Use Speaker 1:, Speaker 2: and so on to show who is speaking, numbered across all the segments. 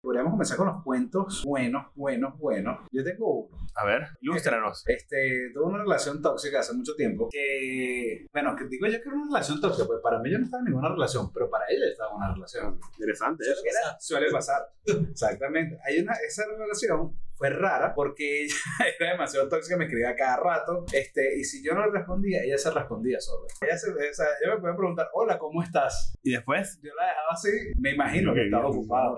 Speaker 1: podemos comenzar con los cuentos buenos, buenos, buenos. Yo tengo uno.
Speaker 2: A ver, ilústranos.
Speaker 1: Este, tuve una relación tóxica hace mucho tiempo. Que, bueno, que digo yo que era una relación tóxica, pues para mí yo no estaba en ninguna relación, pero para ella estaba en una relación.
Speaker 3: Interesante. ¿eh?
Speaker 1: Era- suele pasar. Exactamente. Hay una, esa relación fue rara porque ella era demasiado tóxica, me escribía cada rato. Este, y si yo no le respondía, ella se respondía sola. Ella, se, o sea, ella me podía preguntar, hola, ¿cómo estás?
Speaker 2: Y después,
Speaker 1: Yo la dejaba así, me imagino que
Speaker 2: Ok,
Speaker 1: estaba
Speaker 2: bien.
Speaker 1: ocupado.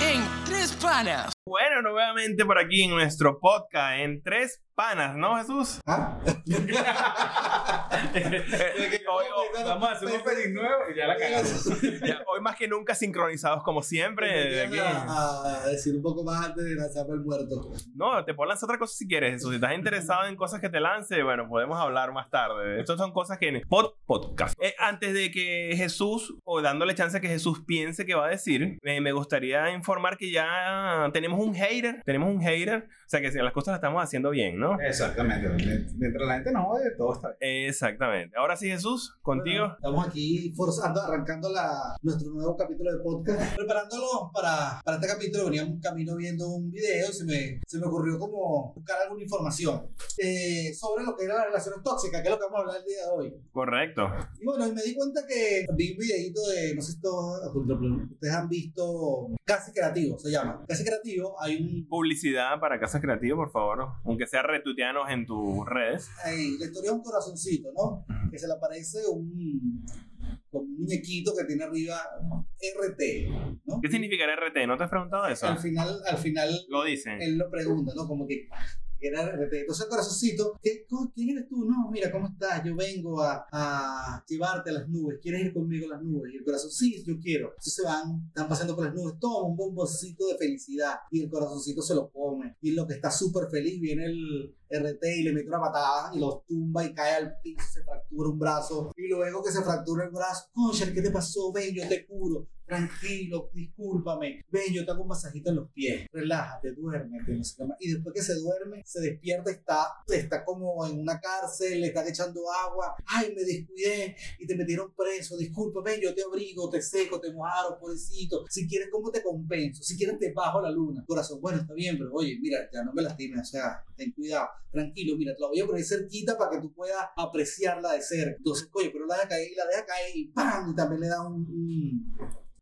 Speaker 4: en Tres Panas.
Speaker 2: bueno, nuevamente por aquí en nuestro podcast en tres panas, ¿no, Jesús? Eh,
Speaker 5: ¿Ah?
Speaker 2: hoy, hoy-
Speaker 1: Vamos a hacer un feliz nuevo y ya la cagamos.
Speaker 2: ya, hoy más que nunca sincronizados como siempre. de aquí.
Speaker 5: a, a decir un poco más antes de lanzarme el muerto.
Speaker 2: No, te puedo lanzar otra cosa si quieres, Jesús. Si estás interesado en cosas que te lance, bueno, podemos hablar más tarde. Estas son cosas que... Pod, podcast. Eh, antes de que Jesús, o dándole chance a que Jesús piense que va a decir, eh, me gustaría informar que ya tenemos un hater. Tenemos un hater. O sea, que las cosas las estamos haciendo bien, ¿no?
Speaker 1: Exactamente. Mientras la gente no odie, todo está bien.
Speaker 2: Exactamente. Ahora sí, Jesús, contigo.
Speaker 5: Estamos aquí forzando, arrancando la, nuestro nuevo capítulo de podcast. Preparándolo para, para este capítulo, venía un camino viendo un video y se me, se me ocurrió como buscar alguna información eh, sobre lo que eran las relaciones tóxicas, que es lo que vamos a hablar el día de hoy.
Speaker 2: Correcto.
Speaker 5: Y bueno, y me di cuenta que vi un videito de, no sé si todos ustedes han visto, Casi Creativo se llama. Casi Creativo, hay un
Speaker 2: Publicidad para Casas Creativas, por favor. Aunque sea retuiteanos en tus redes.
Speaker 5: Ahí, la historia es un corazoncito, ¿no? Que se le aparece un, como un muñequito que tiene arriba RT, ¿no?
Speaker 2: ¿Qué significa RT? ¿No te has preguntado eso?
Speaker 5: Al final, al final
Speaker 2: Lo dicen.
Speaker 5: él lo pregunta, ¿no? Como que que era RT. Entonces el corazoncito, ¿qué, co- ¿quién eres tú? No, mira, ¿cómo estás? Yo vengo a, a llevarte a las nubes. ¿Quieres ir conmigo a las nubes? Y el corazón, sí, yo quiero. Entonces se van, están pasando por las nubes, toma un bomboncito de felicidad. Y el corazoncito se lo come. Y en lo que está súper feliz viene el RT y le mete una patada y los tumba y cae al piso, se fractura un brazo. Y luego que se fractura el brazo, concha, ¿qué te pasó? Ven, yo te curo tranquilo, discúlpame, ven, yo te hago un masajito en los pies, relájate, duérmete, no sé qué más. Y después que se duerme, se despierta, está, está como en una cárcel, le están echando agua, ay, me descuidé y te metieron preso, discúlpame, yo te abrigo, te seco, te mojaron, pobrecito, si quieres, ¿cómo te compenso? Si quieres, te bajo la luna. Corazón, bueno, está bien, pero oye, mira, ya no me lastimes, o sea, ten cuidado, tranquilo, mira, te la voy a poner cerquita para que tú puedas apreciarla de cerca. Entonces, coño, pero la deja caer y la deja caer y ¡pam! Y también le da un- un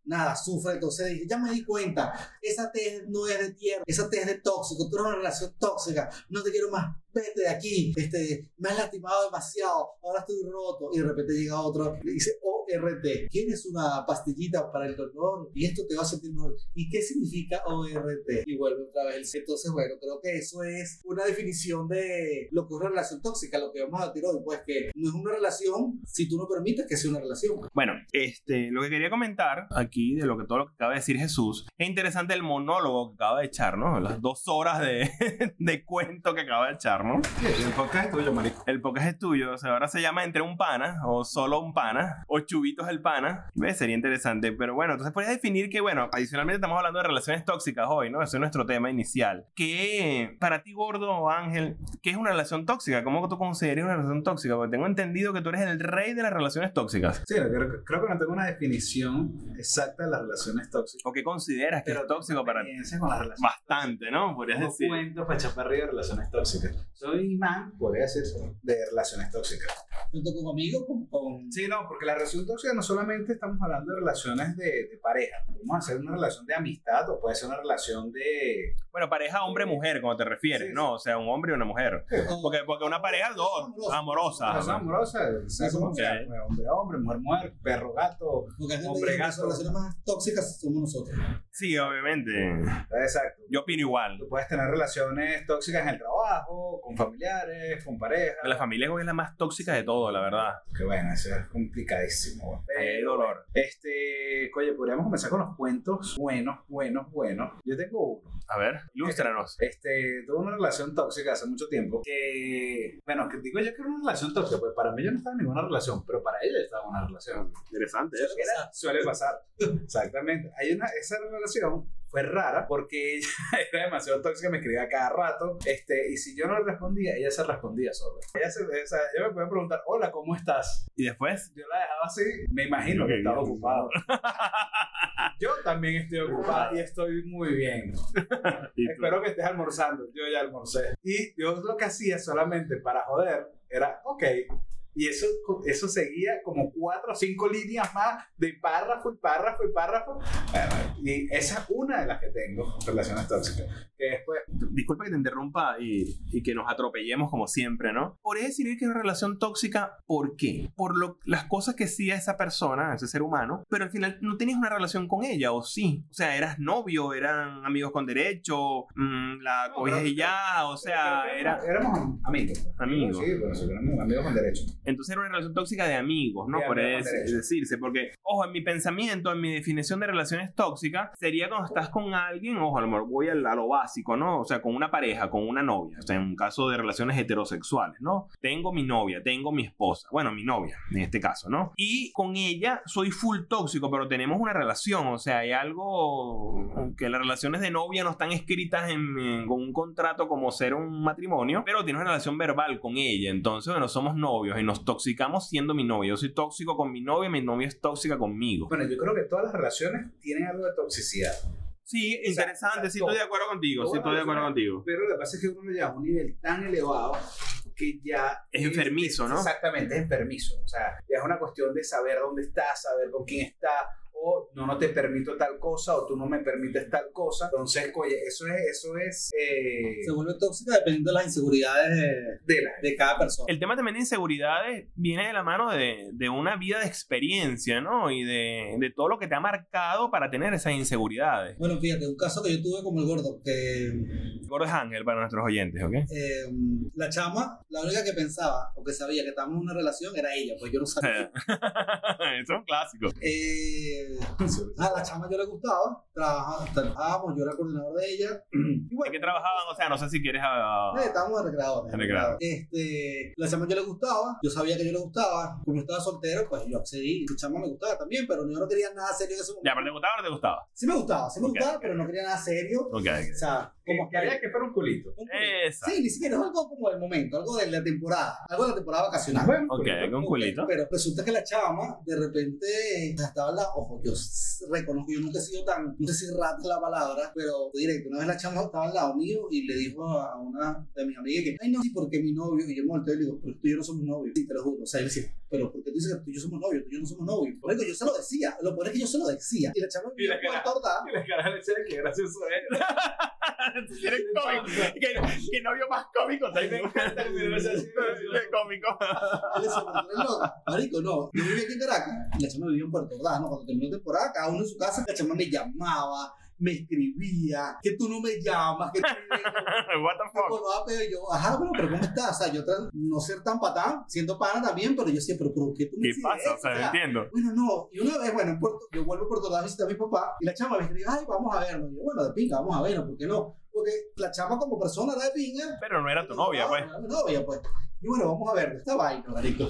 Speaker 5: nada, sufre. Entonces dije, ya me di cuenta, esa tez no es de tierra, esa tez es de tóxico, tú eres una relación tóxica, no te quiero más, vete de aquí, este, me has lastimado demasiado, ahora estoy roto. Y de repente llega otro, le dice, ORT, ¿quieres una pastillita para el dolor? Y esto te va a sentir mejor. ¿Y qué significa ORT? Y vuelve otra vez. Entonces, bueno, creo que eso es una definición de lo que es una relación tóxica, lo que vamos a decir hoy, pues que no es una relación si tú no permites que sea una relación.
Speaker 2: Bueno, este, lo que quería comentar aquí de lo que todo lo que acaba de decir Jesús, es interesante el monólogo que acaba de echar, ¿no? Las dos horas de, de cuento que acaba de echar, ¿no?
Speaker 3: El podcast es tuyo, marico.
Speaker 2: El podcast es tuyo, o sea, ahora se llama Entre un pana, o solo un pana, o Chubitos el pana. ¿Ves? Sería interesante, pero bueno, entonces podrías definir que, bueno, adicionalmente estamos hablando de relaciones tóxicas hoy, ¿no? Ese es nuestro tema inicial. ¿Qué, para ti, gordo Ángel, qué es una relación tóxica? ¿Cómo tú consideras una relación tóxica? Porque tengo entendido que tú eres el rey de las relaciones tóxicas.
Speaker 1: Sí, creo, creo que no tengo una definición exacta de las relaciones tóxicas.
Speaker 2: ¿O qué consideras que es tóxico para ti?
Speaker 1: Experiencias con las relaciones
Speaker 2: Bastante, ¿no? Podrías
Speaker 1: Tengo
Speaker 2: decir.
Speaker 1: cuentos para echar para arriba de relaciones tóxicas. Soy imán, podría decir, de relaciones tóxicas.
Speaker 5: tanto con amigos como con...
Speaker 1: Sí, no, porque la relación tóxica no solamente estamos hablando de relaciones de, de pareja. Vamos a hacer una relación de amistad o puede ser una relación de...
Speaker 2: Bueno, pareja hombre-mujer, como te refieres,
Speaker 1: Sí,
Speaker 2: ¿no? O sea, un hombre y una mujer. Porque, porque una pareja, dos, amorosa.
Speaker 1: relación amorosa, o sea,
Speaker 5: Sí,
Speaker 1: como
Speaker 2: sí.
Speaker 1: sea, hombre, hombre, mujer, mujer, perro, gato.
Speaker 5: Porque hay gente
Speaker 1: Hombre,
Speaker 5: que las
Speaker 1: gato.
Speaker 5: relaciones más tóxicas somos nosotros.
Speaker 2: Sí, obviamente.
Speaker 1: Exacto.
Speaker 2: Yo opino igual.
Speaker 1: Tú puedes tener relaciones tóxicas en el trabajo, con familiares, con pareja.
Speaker 2: La familia es la más tóxica de todo, la verdad.
Speaker 1: Que bueno, eso es complicadísimo. güey.
Speaker 2: Ahí hay dolor.
Speaker 1: Este, oye, podríamos comenzar con los cuentos buenos, buenos, buenos. Yo tengo uno.
Speaker 2: A ver, ilústranos.
Speaker 1: Este, tuve una relación tóxica hace mucho tiempo. Que, bueno, que digo yo que era una relación tóxica, pues para mí yo no estaba en ninguna relación, pero para ella estaba en una relación.
Speaker 3: Interesante eso.
Speaker 1: Era- suele pasar. Exactamente. Hay una, esa relación fue rara porque ella era demasiado tóxica, me escribía cada rato. Este, y si yo no le respondía, ella se respondía sola. Ella, se, o sea, ella me podía preguntar, hola, ¿cómo estás?
Speaker 2: Y después,
Speaker 1: Yo la dejaba así, me imagino que estaba ocupado. Yo también estoy ocupada y estoy muy bien.
Speaker 3: Y tú-
Speaker 1: Espero que estés almorzando. Yo ya almorcé. Y yo lo que hacía solamente para joder era, ok. Y eso, eso seguía como cuatro o cinco líneas más de párrafo y párrafo y párrafo. Bueno, Y esa es una de las que tengo, relaciones tóxicas. Que después,
Speaker 2: disculpa que te interrumpa y, y que nos atropellemos como siempre, ¿no? Podría decir que es una relación tóxica, ¿por qué? Por lo, las cosas que hacía esa persona, ese ser humano, pero al final no tenías una relación con ella, ¿o sí? O sea, eras novio, eran amigos con derecho, mm, la
Speaker 1: No,
Speaker 2: cogías
Speaker 1: pero-
Speaker 2: y ya, o sea, era...
Speaker 1: éramos amigos.
Speaker 2: Amigos.
Speaker 1: Sí, bueno, sí, éramos amigos con derecho.
Speaker 2: Entonces era una relación tóxica de amigos, ¿no?
Speaker 1: De
Speaker 2: Por
Speaker 1: amigos
Speaker 2: es-
Speaker 1: con derecho.
Speaker 2: decirse, porque, ojo, en mi pensamiento, en mi definición de relaciones tóxicas, sería cuando estás con alguien, ojo, a lo mejor voy al- a, lo básico, ¿no? O sea, con una pareja, con una novia, o sea, en un caso de relaciones heterosexuales, ¿no? Tengo mi novia, tengo mi esposa, bueno, mi novia, en este caso, ¿no? Y con ella soy full tóxico, pero tenemos una relación, o sea, hay algo que las relaciones de novia no están escritas en, en- con un contrato como ser un matrimonio, pero tienes una relación verbal con ella, entonces, bueno, somos novios y nos toxicamos siendo mi novia, yo soy tóxico con mi novia, mi novia es tóxica conmigo.
Speaker 1: Bueno, yo creo que todas las relaciones tienen algo de toxicidad.
Speaker 2: Sí,
Speaker 1: O sea,
Speaker 2: interesante, sí
Speaker 1: todo.
Speaker 2: estoy de acuerdo contigo, sí
Speaker 1: Todas
Speaker 2: estoy de acuerdo
Speaker 1: las
Speaker 2: contigo.
Speaker 1: Pero lo que pasa es que uno le lleva a un nivel tan elevado que ya...
Speaker 2: Es enfermizo, ¿no?
Speaker 1: Exactamente, es enfermizo. O sea, ya es una cuestión de saber dónde estás, saber con quién estás, o no, no te permito tal cosa, o tú no me permites tal cosa. Entonces, oye, eso es... Eso es eh,
Speaker 5: Se vuelve tóxica dependiendo de las inseguridades de,
Speaker 1: de la...
Speaker 5: de cada persona.
Speaker 2: El tema también de inseguridades viene de la mano de, de una vida de experiencia, ¿no? Y de, de todo lo que te ha marcado para tener esas inseguridades.
Speaker 5: Bueno, fíjate, un caso que yo tuve como el gordo, que
Speaker 2: Gordo es ángel para nuestros oyentes, ¿ok?
Speaker 5: eh, la chama, la única que pensaba o que sabía que estábamos en una relación era ella, pues yo no sabía.
Speaker 2: Eso es un clásico.
Speaker 5: Eh, a la chama yo le gustaba, trabajaba- trabajábamos, yo era coordinador de ella. Y
Speaker 2: ¿De
Speaker 5: bueno,
Speaker 2: qué trabajaban? O sea, no sé si quieres... ah,
Speaker 5: eh, estábamos en recreo.
Speaker 2: En recreo.
Speaker 5: Este, la chama yo le gustaba, yo sabía que yo le gustaba. Como yo estaba soltero, pues yo accedí. La chama me gustaba también, pero yo no quería nada serio en ese momento.
Speaker 2: Ya, pero ¿te gustaba o no te gustaba?
Speaker 5: Sí me gustaba, sí me
Speaker 2: Ok.
Speaker 5: gustaba, pero no quería nada serio.
Speaker 2: Ok.
Speaker 5: O sea, como
Speaker 1: Como que había que fuera un culito.
Speaker 5: un-
Speaker 2: Esa.
Speaker 5: Sí, ni siquiera es algo como del momento, algo de la temporada, algo de la temporada vacacional.
Speaker 1: Bueno,
Speaker 2: Ok,
Speaker 1: culito.
Speaker 2: con un culito.
Speaker 5: Pero resulta que la chama, de repente, estaba la. Ojo, yo s- reconozco, yo nunca he sido tan. No sé si rata la palabra, pero fue directo. Una vez la chama estaba al lado mío y le dijo a a una de mis amigas que, ay, no, sí, porque mi novio. Y yo me volteo y le digo, pero tú y yo no somos novios. Sí, te lo juro. O sea, él decía, pero porque tú dices que tú y yo somos novios, tú y yo no somos novios. Por eso yo se lo decía. Lo peor es que yo se lo decía. Y la chama me
Speaker 1: Y la
Speaker 5: vio
Speaker 1: cara.
Speaker 5: acordar.
Speaker 1: Y la cara de Chela, que gracioso es.
Speaker 2: Eres cómico. Que, que novio más cómico.
Speaker 1: A mí me encanta el video, es así,
Speaker 2: Qué cómico.
Speaker 5: Él decía, pero tú eres loca. Marico, no. Yo vivía aquí en Caracas. y La chama vivía en Puerto Ordaz, ¿no? Cuando terminó la temporada, cada uno en su casa, la chama me llamaba, me escribía, que tú no me llamas, que tú me
Speaker 2: What the fuck.
Speaker 5: colgaba, pero E, yo, ajá, bueno, pero ¿cómo estás? O sea, yo tra- no ser tan patán, siendo pana también, pero yo decía, pero ¿por qué tú me
Speaker 2: ¿Qué
Speaker 5: hiciste
Speaker 2: pasa? O
Speaker 5: esto?
Speaker 2: sea, no entiendo.
Speaker 5: bueno, no. Y una vez, bueno, en Puerto- yo vuelvo a Puerto Ordaz a visitar a mi papá y la chama me escribe, ay, vamos a vernos. Y yo, bueno, de pinga, vamos a vernos, ¿por qué no? Porque la chama como persona era de pinga,
Speaker 2: Pero no era tu novia, pues.
Speaker 5: era mi Ah, novia, pues. Y bueno, vamos a ver, esta vaina, marico.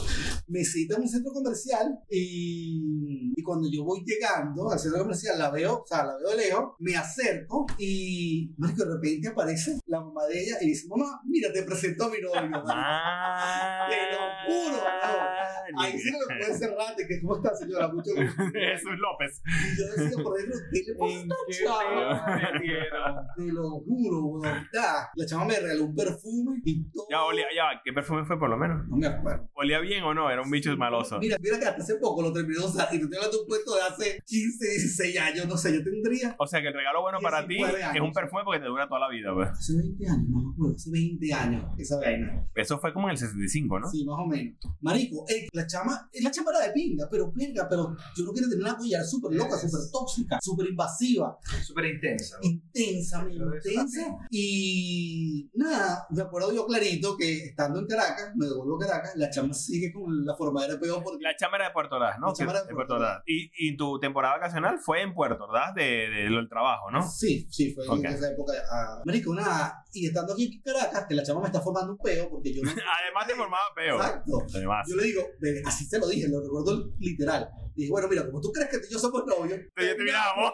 Speaker 5: Me cita en un centro comercial y, y cuando yo voy llegando al centro comercial, la veo, o sea, la veo de lejos, me acerco y, marico, de repente aparece la mamá de ella y dice, mamá, mira, te presento a mi novio. marico".
Speaker 2: Ah,
Speaker 5: Te lo juro, no. Ahí sí no me puede cerrar, de que ¿cómo está, señora? Mucho gusto.
Speaker 2: Jesús López.
Speaker 5: Y yo decía, por dentro, ¿qué le pasa a esta chava? Te lo juro, weón. Ya, La chama me regaló un perfume y todo.
Speaker 2: Ya olía, ya va, ¿qué perfume fue por lo menos?
Speaker 5: No me acuerdo.
Speaker 2: ¿Olía bien o no? Era un bicho maloso.
Speaker 5: Mira, mira que hasta hace poco lo terminó de usar. Y te estoy hablando de un puesto de hace 15, 16 años. No sé, yo tendría
Speaker 2: O sea que el regalo bueno para ti
Speaker 5: 19
Speaker 2: es
Speaker 5: años.
Speaker 2: un perfume porque te dura toda la vida, pues.
Speaker 5: hace 20 años, no me acuerdo. Hace 20 años esa vaina.
Speaker 2: Eso fue como en el 65, ¿no?
Speaker 5: Sí, más o menos. Marico, eh, la chama, eh, la chama era de pinga, pero verga, pero yo no quería tener una collar súper loca, súper tóxica, súper invasiva,
Speaker 1: Súper intensa. güey.
Speaker 5: intensa, muy
Speaker 1: Pero eso
Speaker 5: intensa. Y nada, me acuerdo yo clarito que estando en Caracas, Caracas, me devuelvo a Caracas, la chama sigue con la formadera de peón porque
Speaker 2: La chama era de Puerto Ordaz, ¿no?
Speaker 5: La chama era de
Speaker 2: Que-
Speaker 5: Puerto Ordaz.
Speaker 2: Y, y tu temporada vacacional fue en Puerto Ordaz de, de lo del trabajo, ¿no?
Speaker 5: Sí, sí, fue
Speaker 2: Ok.
Speaker 5: en esa época. ah, marico, una. Y estando aquí en Caracas, que la chama me está formando un peo porque yo no.
Speaker 2: Además te formaba peo.
Speaker 5: Exacto.
Speaker 2: Además.
Speaker 5: Yo le digo, "Ve, así se lo dije, lo recuerdo literal. Dije, bueno, mira, como tú crees que tú y yo somos novios.
Speaker 2: Te te miramos.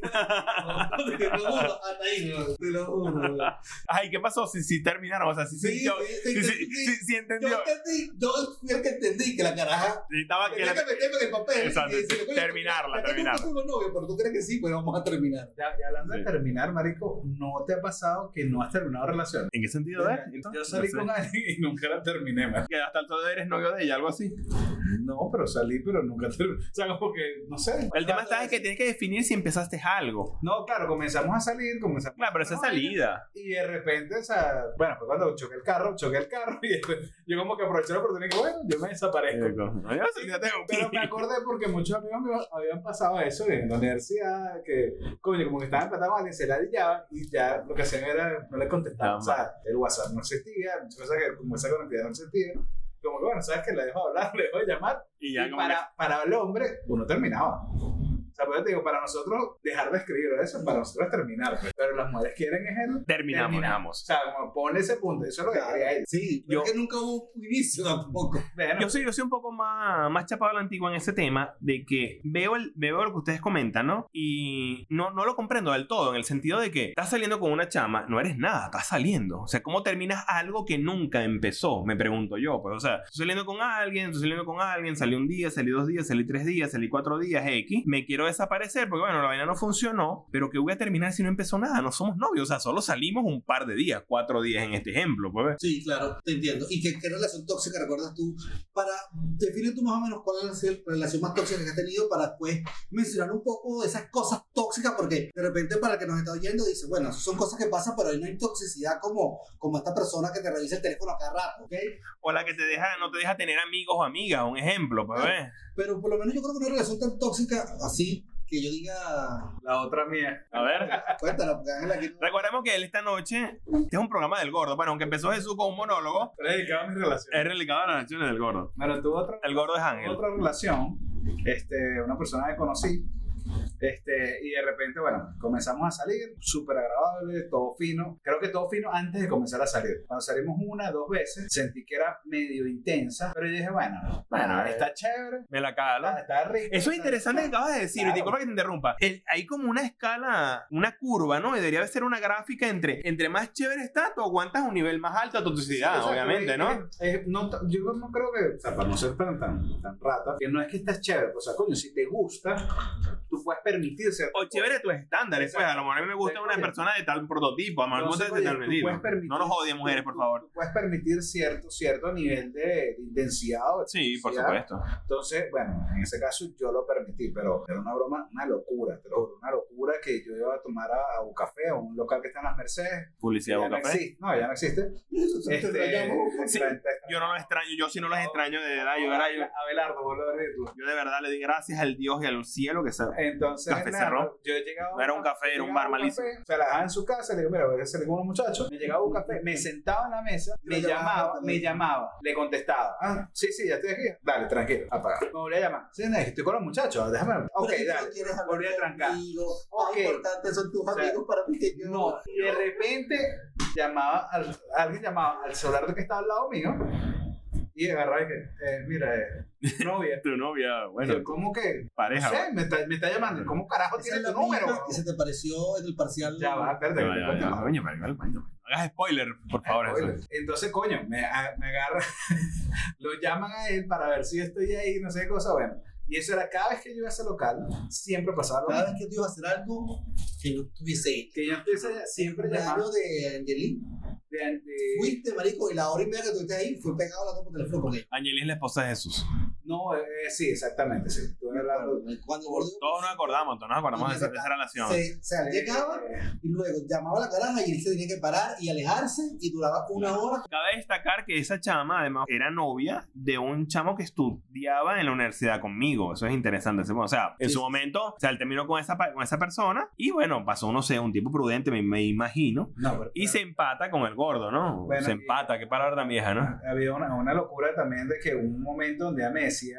Speaker 5: Te lo juro, hasta ahí, weón, te lo juro, weón.
Speaker 2: Ay, ¿qué pasó? Si, si terminaron, o sea, si, si,
Speaker 5: Sí,
Speaker 2: yo-
Speaker 5: sí,
Speaker 2: si,
Speaker 5: sí,
Speaker 2: si-
Speaker 5: sí.
Speaker 2: si- si
Speaker 5: Yo
Speaker 2: entendió.
Speaker 5: entendí, yo fui el que entendí que la caraja.
Speaker 2: Estaba Ah, que
Speaker 5: Tenía que meterme en el papel.
Speaker 2: Exacto,
Speaker 5: y decirle, "Coño,
Speaker 2: terminarla,
Speaker 5: ¿por qué nunca
Speaker 2: terminarla.
Speaker 5: fuimos novios, pero tú crees que sí, pues vamos a terminar.
Speaker 1: Ya, ya hablando
Speaker 2: Sí.
Speaker 1: de terminar, marico, ¿no te ha pasado que no has terminado relación?
Speaker 2: ¿En qué sentido es?
Speaker 1: Yo salí con alguien y nunca la terminé, marico.
Speaker 2: Que hasta el todo eres novio de ella, algo así.
Speaker 1: No, pero salí, pero nunca terminé. O sea, como que, no sé.
Speaker 2: El tema está en que tienes que definir si empezaste algo.
Speaker 1: No, claro, comenzamos a salir, comenzamos.
Speaker 2: Claro, pero esa es salida.
Speaker 1: Y de repente, o sea, bueno, fue cuando choqué el carro, choqué el carro y después yo como que aproveché la oportunidad y dije, bueno, yo me desaparezco.
Speaker 2: Ay, no, sí, ya te-
Speaker 1: Pero me acordé porque muchos amigos míos habían pasado eso en la universidad, que coño, como que estaban en Patagonia, se la dillaban y ya lo que hacían era no le contestaban.
Speaker 2: Ah,
Speaker 1: O sea, el WhatsApp no existía, muchas cosas que como esa conectividad no existía. Como que bueno, sabes que le dejo hablar, le dejo llamar.
Speaker 2: Y
Speaker 1: Y,
Speaker 2: ya como que-
Speaker 1: para, para el hombre, uno terminaba. O sea, pues yo te digo, para nosotros dejar de escribir eso, para nosotros es terminar. pues. Pero las mujeres quieren es el
Speaker 2: terminamos.
Speaker 1: O sea, como ponle ese punto, eso es lo que quería él.
Speaker 5: Sí,
Speaker 2: Yo-
Speaker 5: yo que nunca hubo un inicio tampoco.
Speaker 1: Bueno,
Speaker 2: Yo soy, yo soy un poco más, más chapado a la antigua en ese tema de que veo, el, veo lo que ustedes comentan, ¿no? Y no, no lo comprendo del todo, en el sentido de que estás saliendo con una chama, no eres nada, estás saliendo. O sea, ¿cómo terminas algo que nunca empezó? Me pregunto yo. Pues, o sea, estoy saliendo con alguien, estoy saliendo con alguien, salí un día, salí dos días, salí tres días, salí cuatro días, X. Me quiero desaparecer porque, bueno, la vaina no funcionó, pero que voy a terminar si no empezó nada, no somos novios, o sea, solo salimos un par de días, cuatro días en este ejemplo, pues.
Speaker 5: Sí, claro, te entiendo. ¿Y qué, qué relación tóxica recuerdas tú? Para definir tú más o menos cuál es la relación más tóxica que has tenido para después mencionar un poco de esas cosas tóxicas, porque de repente para el que nos está oyendo dice, bueno, son cosas que pasan, pero ahí no hay toxicidad como, como esta persona que te revisa el teléfono a cada rato, ¿ok?
Speaker 2: O la que te deja, no te deja tener amigos o amigas, un ejemplo, pues. ¿ves?
Speaker 5: Pero por lo menos yo creo que una relación tan tóxica así, que yo diga,
Speaker 1: la otra mía.
Speaker 2: A ver.
Speaker 5: cuéntala, porque Ángela aquí no-
Speaker 2: Recordemos que él esta noche, este es un programa del gordo. Bueno, aunque empezó Jesús con un monólogo,
Speaker 1: Pero he dedicado a mi relación.
Speaker 2: es relicado a las acciones del gordo.
Speaker 1: Bueno, tuve otra,
Speaker 2: El gordo es Ángel.
Speaker 1: otra relación, este, una persona que conocí, este, y de repente, bueno, comenzamos a salir, súper agradable, todo fino. Creo que todo fino antes de comenzar a salir. Cuando salimos una, dos veces, sentí que era medio intensa, pero yo dije, bueno, bueno está chévere,
Speaker 2: Me la
Speaker 1: está,
Speaker 2: cala.
Speaker 1: está rico.
Speaker 2: Eso es interesante que acabas de decir, y
Speaker 1: Claro.
Speaker 2: disculpa que te interrumpa. El- hay como una escala, una curva, ¿no? Y debería ser una gráfica entre, entre más chévere está, tú aguantas un nivel más alto de
Speaker 1: Sí,
Speaker 2: toxicidad,
Speaker 1: eh, o sea,
Speaker 2: obviamente,
Speaker 1: es-
Speaker 2: ¿no?
Speaker 1: es- es- no t- Yo no creo que, o sea, para no ser tan, tan, tan rata, que no es que estás chévere, o sea, coño, si te gusta, tú puedes permitirse.
Speaker 2: O chévere tus estándares, pues. A lo mejor a mí me gusta una
Speaker 1: Oye.
Speaker 2: persona de tal prototipo, a lo mejor me gusta
Speaker 1: Entonces, oye,
Speaker 2: de tal
Speaker 1: tú
Speaker 2: medida.
Speaker 1: puedes permitir-
Speaker 2: No nos odien, mujeres, por
Speaker 1: tú-
Speaker 2: favor.
Speaker 1: tú puedes permitir cierto, cierto nivel de, de intensidad. o
Speaker 2: Sí, por
Speaker 1: toxicidad.
Speaker 2: supuesto.
Speaker 1: Entonces, bueno, en ese caso yo lo permití, pero era una broma, una locura, te lo juro, una locura que yo iba a tomar a, a un café, a un local que está en las Mercedes.
Speaker 2: Publicidad
Speaker 1: ya
Speaker 2: Boca
Speaker 1: no existe, no, ya no existe. Este,
Speaker 5: Te extrañamos.
Speaker 2: Este, Sí, Yo no los extraño, yo sí no los extraño de verdad. Yo, ahora yo-
Speaker 1: Abelardo, vuelvo a abrirlo.
Speaker 2: yo de verdad le di gracias al Dios y al cielo que se.
Speaker 1: Entonces,
Speaker 2: Café
Speaker 1: nada,
Speaker 2: cerró.
Speaker 1: yo llegaba.
Speaker 2: No era un café, era un
Speaker 1: llegaba
Speaker 2: bar
Speaker 1: a
Speaker 2: malísimo.
Speaker 1: café, Se la dejaba en su casa, le digo, mira, voy a salir con unos muchachos. Me llegaba un café, me sentaba en la mesa, me
Speaker 5: Lo llamaba
Speaker 1: llamaba,
Speaker 5: también.
Speaker 1: me llamaba, le contestaba. Ah, sí, sí, ya estoy aquí. Dale, tranquilo, apaga. Me volví a llamar. Sí, no, es que estoy con los muchachos, déjame. Ok,
Speaker 5: Porque tú no
Speaker 1: dale.
Speaker 5: quieres hablar
Speaker 1: Volví a trancar.
Speaker 5: conmigo,
Speaker 1: Ok.
Speaker 5: Más importantes son tus
Speaker 1: O sea,
Speaker 5: amigos para ti que yo.
Speaker 1: No, y de repente llamaba, al- alguien llamaba al celular que estaba al lado mío y agarraba y que, eh, mira, eh, novia.
Speaker 2: Tu novia,
Speaker 1: Yo, ¿Cómo que? No
Speaker 2: pareja.
Speaker 1: sé, me está, me está llamando. ¿Cómo carajo
Speaker 5: Esa es
Speaker 1: tiene
Speaker 5: la
Speaker 1: tu número?
Speaker 5: misma que se te pareció en el parcial.
Speaker 1: Ya va, espérate. que te cuente más.
Speaker 2: Hagas spoiler, por favor.
Speaker 1: Oye, Entonces, coño, me, a- me agarra, lo llaman a él para ver si estoy ahí, no sé qué cosa, bueno. Y eso era cada vez que yo iba a ese local, siempre pasaba lo
Speaker 5: Cada
Speaker 1: mismo.
Speaker 5: vez que tú ibas a hacer algo que no tuviese hecho.
Speaker 1: Que yo empecé a- siempre
Speaker 5: El
Speaker 1: llamaba
Speaker 5: año de Angelina.
Speaker 1: de, de-
Speaker 5: Fuiste, marico, y la hora y media que estuviste ahí fue pegado a la toma por teléfono con ella.
Speaker 2: Angelina es la esposa de Jesús.
Speaker 1: No, eh, sí, exactamente, sí. Estoy hablando
Speaker 5: Cuando volvió,
Speaker 2: Todos nos acordamos, todos nos acordamos de esa, de esa relación.
Speaker 5: se, o sea, llegaba
Speaker 1: Eh,
Speaker 5: y luego llamaba a la caraja y él se tenía que parar y alejarse y duraba una hora.
Speaker 2: Cabe destacar que esa chama, además, era novia de un chamo que estudiaba en la universidad conmigo. Eso es interesante. O sea, en
Speaker 5: Sí,
Speaker 2: su
Speaker 5: sí.
Speaker 2: momento, o sea, él terminó con esa, pa- con esa persona y bueno, pasó, no sé, un tipo prudente, me, me imagino.
Speaker 1: No, pero-
Speaker 2: Y se empata con el gordo, ¿no?
Speaker 1: Bueno,
Speaker 2: se
Speaker 1: y-
Speaker 2: empata, qué palabra tan vieja, ¿no?
Speaker 1: había una, una locura también de que un momento donde ella me decía,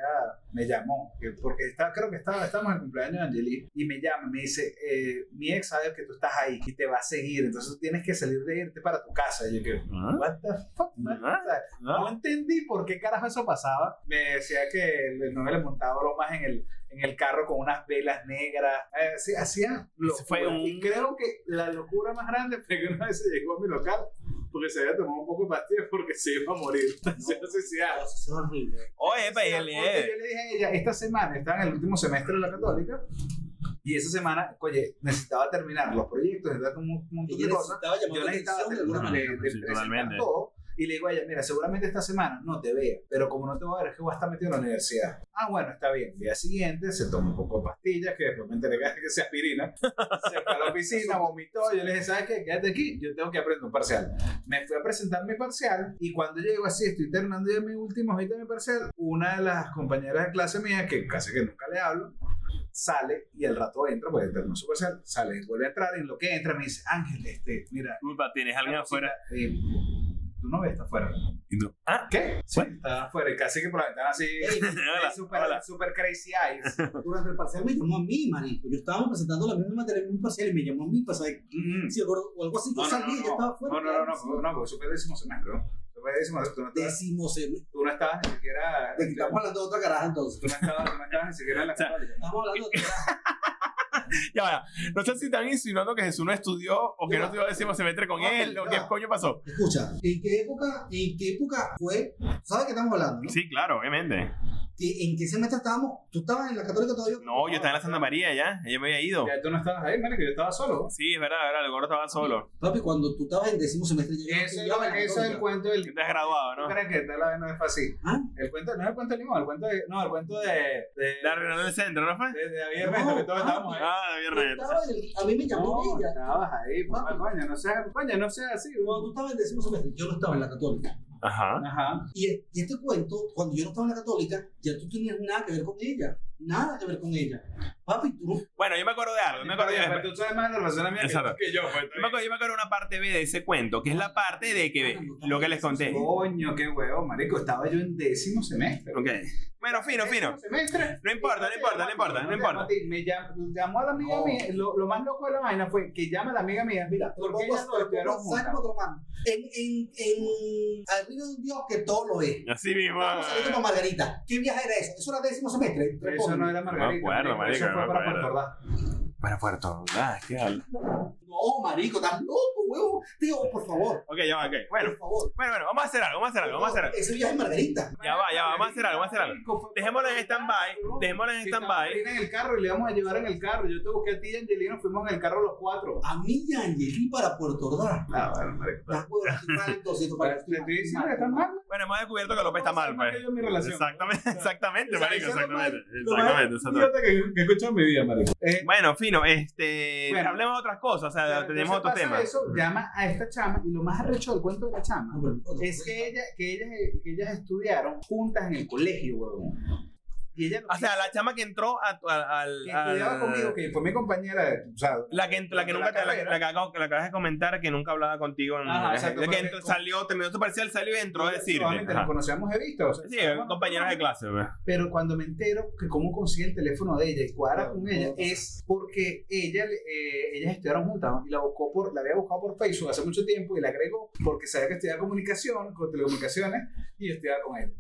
Speaker 1: me llamó, que- porque está, creo que estaba, estamos en el cumpleaños de Angelique, y me llama, y me dice, eh, mi ex sabe que tú estás ahí y te va a seguir, entonces tú tienes que salir de irte para tu casa. Y yo que,
Speaker 2: Ah,
Speaker 1: what the fuck, man?"
Speaker 2: Ah.
Speaker 1: O sea, no
Speaker 2: ah.
Speaker 1: entendí por qué carajo eso pasaba. Me decía que el novio le montaba bromas en el, en el carro con unas velas negras. Eh, sí, hacía
Speaker 2: Ese fue
Speaker 1: locuras.
Speaker 2: un-
Speaker 1: Y creo que la locura más grande fue que una vez se llegó a mi local porque se había tomado un poco de pastillas porque se iba a morir. Se iba a suicidar.
Speaker 5: Eso es horrible.
Speaker 2: Oye, pues, eh. pa, y
Speaker 1: Porque
Speaker 2: él-
Speaker 1: Yo le dije a ella, esta semana, estaba en el último semestre de la católica, y esa semana, oye, necesitaba terminar los proyectos, necesitaba un, un montón
Speaker 5: Ella
Speaker 1: de cosas
Speaker 5: necesitaba llamar
Speaker 1: yo
Speaker 5: la
Speaker 1: le estaba
Speaker 5: atención de alguna
Speaker 1: tratando de,
Speaker 5: manera.
Speaker 1: de
Speaker 2: Sí,
Speaker 1: presentar
Speaker 2: totalmente.
Speaker 1: todo y le digo a ella, mira, seguramente esta semana no te vea, pero como no te voy a ver es que voy a estar metido en la universidad. Ah, bueno, está bien. El día siguiente se tomó un poco de pastillas, que después me enteré que que se aspirina, se fue a la oficina, vomitó, yo le dije, ¿sabes qué? Quédate aquí, yo tengo que aprender un parcial. Me fui a presentar mi parcial y cuando llego así, estoy terminando ya mi último hojita de mi parcial, una de las compañeras de clase mía, que casi que nunca le hablo, sale y al rato entra, pues terminó su parcial, sale y vuelve a entrar y en lo que entra me dice, Ángel, este, mira,
Speaker 2: Disculpa, tienes alguien
Speaker 1: una
Speaker 2: afuera.
Speaker 1: cosita, eh, tu novia está afuera.
Speaker 2: Y tú, Ah,
Speaker 1: ¿Qué? Sí,
Speaker 2: Bueno.
Speaker 1: está afuera. y Casi que por la ventana así.
Speaker 5: Eh,
Speaker 2: hola,
Speaker 1: super,
Speaker 2: hola.
Speaker 1: super crazy eyes.
Speaker 5: Durante el parcial me llamó a mí, marico. Yo estábamos presentando la misma materia en un parcial y me llamó a mí para saber
Speaker 1: Mm.
Speaker 5: si el gordo- o algo así. Yo
Speaker 1: No, no,
Speaker 5: salí
Speaker 1: no,
Speaker 5: y yo estaba
Speaker 1: no, no,
Speaker 5: fuera.
Speaker 1: no, no, no, no, porque eso fue décimo semestre, ¿no? Eso fue décimo semestre, tú no estabas-
Speaker 5: Décimo semestre.
Speaker 1: Tú no estabas ni siquiera.
Speaker 5: Te estamos hablando de otra caraja entonces.
Speaker 1: Tú no estabas, tú no estabas ni siquiera en la
Speaker 2: O sea,
Speaker 1: católica.
Speaker 5: Estamos hablando de otra caraja.
Speaker 2: ya va. No sé si están insinuando que Jesús no estudió o que no estudió décimo semestre con
Speaker 5: No,
Speaker 2: él
Speaker 5: no.
Speaker 2: o qué coño pasó.
Speaker 5: Escucha, ¿en qué época, en qué época fue? ¿Sabes qué estamos hablando? no?
Speaker 2: Sí, claro, obviamente.
Speaker 5: ¿Que- ¿En qué semestre estábamos? ¿Tú estabas en la católica todavía?
Speaker 2: No, yo estaba en la Santa María ya. Ella me había ido.
Speaker 1: Ya tú no estabas ahí, marico, yo estaba solo.
Speaker 2: Sí, es verdad, es verdad, el gordo estaba solo.
Speaker 5: Papi, cuando tú estabas en décimo semestre, yo
Speaker 1: Eso
Speaker 5: yo estaba en la
Speaker 1: eso es el
Speaker 5: católica.
Speaker 1: cuento del.
Speaker 2: Tú te has graduado,
Speaker 1: ¿Tú
Speaker 2: ¿no?
Speaker 1: crees que está la vaina de fácil?
Speaker 5: ¿Ah?
Speaker 1: El cuento, no es el cuento del limón, el cuento de. No, el cuento de. de
Speaker 2: La reunión del centro, ¿no fue?
Speaker 1: de, de David Ernesto, que todos
Speaker 5: No,
Speaker 1: estábamos ahí.
Speaker 2: Ah, de
Speaker 5: Yo
Speaker 2: viernes.
Speaker 5: estaba en el- A mí me llamó
Speaker 1: No,
Speaker 5: ella.
Speaker 1: estabas ahí, papá,
Speaker 5: Papi.
Speaker 1: coño, no seas, coño, no seas así.
Speaker 5: Cuando tú estabas en décimo semestre, yo no estaba en la católica.
Speaker 2: Ajá.
Speaker 1: Ajá.
Speaker 5: Y, es- y este cuento, cuando yo no estaba en la católica, ya tú tenías nada que ver con ella. Nada que ver con ella. Papi, tú no.
Speaker 2: Bueno, yo me acuerdo de algo. Yo me acuerdo,
Speaker 1: Pero pues, tú sabes más la relación mía
Speaker 2: Exacto.
Speaker 1: que, que yo. pues,
Speaker 2: yo me acuerdo- yo me acuerdo de una parte B de ese cuento, que es la parte de que lo que les conté.
Speaker 1: Coño, qué huevo, marico. Estaba yo en décimo semestre.
Speaker 2: Ok. Bueno, fino, fino.
Speaker 1: Décimo semestre.
Speaker 2: No importa, no importa, no importa, no importa.
Speaker 1: Me llam- llamó, a la amiga
Speaker 5: No.
Speaker 1: mía. Lo, lo más loco de la vaina fue que llama a la amiga mía.
Speaker 5: Mira, te lo
Speaker 1: porque
Speaker 5: pongo
Speaker 1: ellas
Speaker 5: así,
Speaker 1: no
Speaker 5: te lo
Speaker 1: estuvieron
Speaker 5: pongo así como
Speaker 1: juntas.
Speaker 5: otro man. En, en, en. Arriba de un Dios que todo lo es.
Speaker 2: Así mismo.
Speaker 5: Vamos saliendo con Margarita. ¿Qué viaje era eso? ¿Eso era décimo semestre?
Speaker 1: Pero Eso no era Margarita.
Speaker 2: acuerdo,
Speaker 1: marico, Eso
Speaker 2: marico,
Speaker 1: fue
Speaker 2: no me
Speaker 1: para
Speaker 2: acuerdo.
Speaker 1: Puerto Ordaz.
Speaker 2: Para Puerto Ordaz, qué al-
Speaker 5: No, marico, estás loco, huevo. Tío, por favor.
Speaker 2: Ok, ya va, ok. Bueno,
Speaker 5: por favor.
Speaker 2: bueno, bueno, vamos a hacer algo, vamos a hacer algo, vamos a hacer algo.
Speaker 5: Ese viaje es Margarita.
Speaker 2: Ya va, ya va, vamos a hacer algo, vamos a hacer algo.
Speaker 1: Marico, fue
Speaker 2: Dejémoslo
Speaker 1: para
Speaker 2: en
Speaker 1: Puerto
Speaker 2: stand-by,
Speaker 1: Ordaz,
Speaker 2: dejémoslo en
Speaker 1: Que estaba
Speaker 2: stand-by.
Speaker 1: Marina en el carro y le vamos a llevar en el carro. Yo te busqué a ti y Angelino, fuimos en el carro los cuatro.
Speaker 5: A mí y a Angeli para Puerto Ordaz.
Speaker 1: Ah, bueno, marico.
Speaker 5: Las huevas que valen 200 para
Speaker 1: Te estoy diciendo que estás mal.
Speaker 2: Bueno, hemos descubierto que López está
Speaker 1: Vamos a hacer
Speaker 2: mal,
Speaker 1: más
Speaker 2: pues.
Speaker 1: que yo en mi relación.
Speaker 2: Exactamente, exactamente,
Speaker 1: O sea,
Speaker 2: marico,
Speaker 1: eso es lo más-
Speaker 2: exactamente.
Speaker 1: lo más
Speaker 2: Exactamente, exactamente.
Speaker 1: idiota que, que he escuchado en mi vida, marico. Eh,
Speaker 2: Bueno, fino, este.
Speaker 1: Bueno.
Speaker 2: hablemos de otras cosas, o sea,
Speaker 1: pero entonces
Speaker 2: tenemos otro
Speaker 1: pasa
Speaker 2: tema.
Speaker 1: Eso, llama a esta chama y lo más arrecho del cuento de la chama es que, ella, que, ellas, que ellas estudiaron juntas en el colegio, huevón. Y ella
Speaker 2: O sea, ah, la chama que entró a- a- al.
Speaker 1: que
Speaker 2: al-
Speaker 1: estudiaba conmigo, que fue mi compañera, o sea,
Speaker 2: La que, la que
Speaker 1: de la
Speaker 2: nunca te, la,
Speaker 1: carrera.
Speaker 2: la que acabo- la que acabas de comentar que nunca hablaba contigo en
Speaker 1: Ajá, exacto,
Speaker 2: la que
Speaker 1: porque
Speaker 2: entró-
Speaker 1: con-
Speaker 2: salió, terminó su parcial, salió y entró a decirme.
Speaker 1: solamente nos
Speaker 2: Ajá.
Speaker 1: conocíamos de visto. o sea,
Speaker 2: Sí,
Speaker 1: estábamos-
Speaker 2: compañeros de clase, pues. güey.
Speaker 1: Pero cuando me entero que cómo consigue el teléfono de ella y cuadra con ella, es porque ella, le- eh, ellas estudiaron juntas ¿no? y la, buscó por, la había buscado por Facebook hace mucho tiempo y la agregó porque sabía que estudiaba comunicación, con telecomunicaciones y yo estudiaba con ella.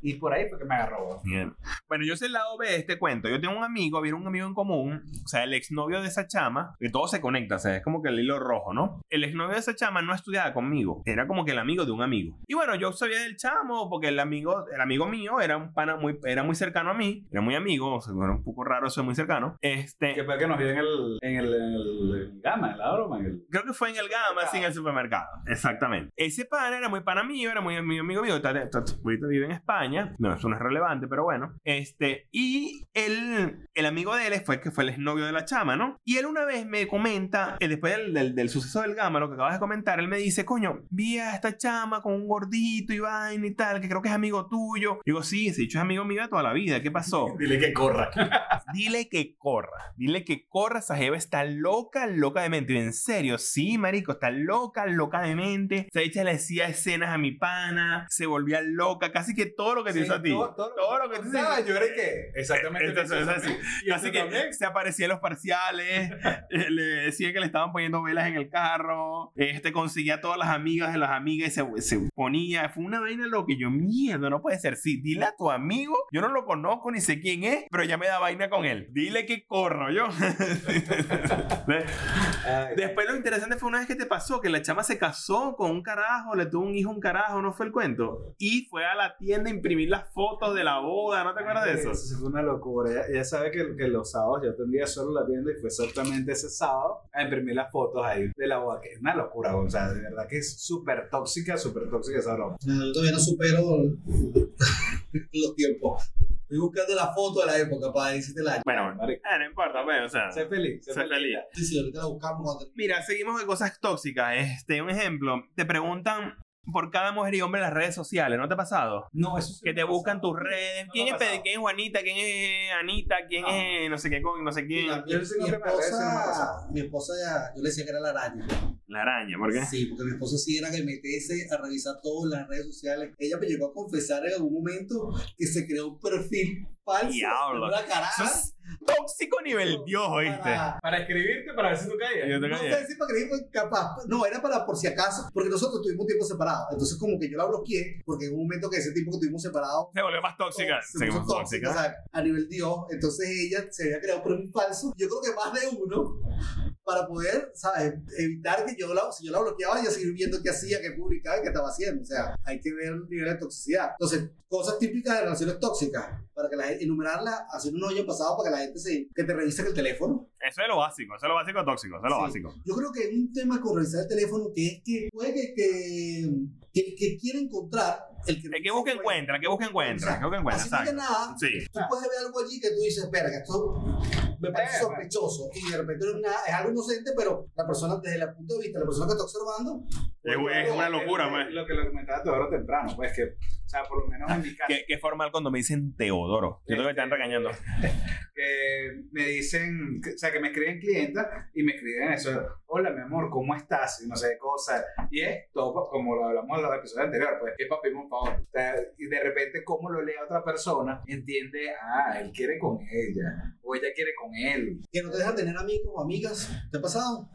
Speaker 1: Y por ahí fue que me agarró. ¿no?
Speaker 2: Bien. Bueno, yo sé el lado B de este cuento. Yo tengo un amigo, había un amigo en común, o sea, el exnovio de esa chama, que todo se conecta, o sea, es como que el hilo rojo, ¿no? El exnovio de esa chama no estudiaba conmigo, era como que el amigo de un amigo. Y bueno, yo sabía del chamo porque el amigo, el amigo mío era un pana muy, era muy cercano a mí, era muy amigo, o sea, era un poco raro eso, de muy cercano. Este,
Speaker 1: Que fue que nos vio en el, en el, en el, en el gama, en la broma. en el-
Speaker 2: Creo que fue en el Gama, sí, en el supermercado. Exactamente. Ese pana era muy pana mío, era muy amigo, amigo mío. Ahorita ahorita vive en España. España. No, eso no es relevante, pero bueno. Este, y él, el amigo de él fue que fue el exnovio de la chama, ¿no? Y él una vez me comenta, eh, después del, del- del suceso del Gama, lo que acabas de comentar, él me dice, coño, vi a esta chama con un gordito y vaina y tal, que creo que es amigo tuyo. Digo, sí, ese dicho es amigo mío de toda la vida, ¿qué pasó?
Speaker 3: Dile que corra.
Speaker 2: Dile que corra. Dile que corra. Esa jeva está loca, loca de mente. En serio, sí, marico. Está loca, loca de mente. Se echa le decía escenas a mi pana. Se volvía loca. Casi que todo lo que te hizo a ti.
Speaker 1: Todo,
Speaker 2: Todo lo que te hizo
Speaker 1: Ah, yo era que. Exactamente.
Speaker 2: Entonces,
Speaker 1: lo que
Speaker 2: es
Speaker 1: hizo
Speaker 2: así.
Speaker 1: Y
Speaker 2: Casi
Speaker 1: eso
Speaker 2: que
Speaker 1: también.
Speaker 2: se aparecía en los parciales. eh, le decía que le estaban poniendo velas en el carro. Este conseguía a todas las amigas de las amigas y se, se ponía. Fue una vaina lo que yo, mierda, no puede ser. Sí, dile a tu amigo. Yo no lo conozco ni sé quién es, pero ya me da vaina con él. Dile que corro yo.
Speaker 1: Ay,
Speaker 2: Después lo interesante fue una vez que te pasó que la chama se casó con un carajo, le tuvo un hijo a un carajo, no fue el cuento. Y fue a la tienda a imprimir las fotos de la boda, ¿no te acuerdas de eso?
Speaker 1: Eso fue una locura. Ya, ya sabe que, que los sábados yo atendía solo la tienda y fue exactamente ese sábado a imprimir las fotos ahí de la boda, que es una locura, güey. o sea, de verdad que es súper tóxica, súper tóxica esa broma.
Speaker 5: No, yo todavía no supero los tiempos. Estoy buscando la foto de la época para decirte la.
Speaker 2: Bueno, bueno.
Speaker 1: Marico.
Speaker 2: Ah, no importa, bueno, o sea.
Speaker 1: Sé feliz, sé,
Speaker 2: Sé
Speaker 1: feliz.
Speaker 2: feliz.
Speaker 5: Sí, sí, ahorita la buscamos cuando
Speaker 2: Mira, seguimos de cosas tóxicas. Este, un ejemplo. Te preguntan por cada mujer y hombre en las redes sociales, ¿no te ha pasado?
Speaker 1: No, eso sí
Speaker 2: Que
Speaker 1: me
Speaker 2: te
Speaker 1: ha
Speaker 2: buscan
Speaker 1: pasado.
Speaker 2: tus redes.
Speaker 1: No me
Speaker 2: ¿Quién
Speaker 1: ha
Speaker 2: es, Pedro?
Speaker 1: pasado.
Speaker 2: ¿Quién es Juanita? ¿Quién es Anita? ¿Quién
Speaker 1: Ah.
Speaker 2: es no sé qué con no sé quién?
Speaker 5: Mira,
Speaker 1: Yo sí
Speaker 5: mi,
Speaker 1: no me parece, no me ha
Speaker 5: esposa,
Speaker 1: pasado.
Speaker 5: mi esposa ya, yo le decía que era la araña.
Speaker 2: La araña, ¿por qué?
Speaker 5: Sí, porque mi esposa sí era que meterse a revisar todas las redes sociales. Ella me llegó a confesar en algún momento que se creó un perfil falso.
Speaker 2: Diablo.
Speaker 5: Una cara.
Speaker 2: Eso es tóxico nivel Dios, ¿oíste?
Speaker 5: para-
Speaker 1: Para escribirte, para ver si tú caías.
Speaker 2: Yo te
Speaker 5: No
Speaker 2: callé.
Speaker 5: sé si porque dijimos capaz. No, era para por si acaso, porque nosotros tuvimos tiempo separado. Entonces, como que yo la bloqueé, porque en un momento que ese tiempo que tuvimos separado.
Speaker 2: Se volvió más tóxica.
Speaker 5: Se puso
Speaker 2: Seguimos
Speaker 5: tóxica, o
Speaker 2: tóxica.
Speaker 5: sea, a nivel Dios. Entonces ella se había creado por un falso. Yo creo que más de uno para poder, ¿sabes? Evitar que yo la, si yo la bloqueaba, yo seguir viendo qué hacía, qué publicaba y qué estaba haciendo. O sea, hay que ver el nivel de toxicidad. Entonces, cosas típicas de relaciones tóxicas, para que la gente, enumerarlas, hacer un hoyo pasado para que la gente se, que te revise el teléfono.
Speaker 2: Eso es lo básico, eso es lo básico tóxico, eso es lo
Speaker 5: Sí.
Speaker 2: básico.
Speaker 5: Yo creo que hay un tema con revisar el teléfono que es que puede que, que, que, que quiere encontrar el que,
Speaker 2: El que busca encuentra, el que busca encuentra, el que busca encuentra,
Speaker 5: Así no haya
Speaker 2: exacto.
Speaker 5: nada,
Speaker 2: Sí.
Speaker 5: tú puedes ver algo allí que tú dices, verga, esto me parece
Speaker 1: Eh,
Speaker 5: sospechoso. Y de repente no es, nada, es algo inocente, pero la persona, desde el punto de vista de la persona que está observando,
Speaker 2: Es, es una locura, pues.
Speaker 1: Lo que lo comentaba Teodoro temprano, pues que, o sea, por lo menos en mi casa.
Speaker 2: Qué, qué formal cuando me dicen Teodoro. Yo creo que te están regañando.
Speaker 1: que me dicen, que- o sea, que me escriben clientas y me escriben eso, hola mi amor, ¿cómo estás? Y no sé qué cosa. Y es todo pa- como lo hablamos en los episodios anteriores, pues, es papi, por favor. O sea, y de repente, como lo lee a otra persona, entiende, ah, él quiere con ella, o ella quiere con él.
Speaker 5: que no te deja tener amigos o amigas. ¿Te ha pasado?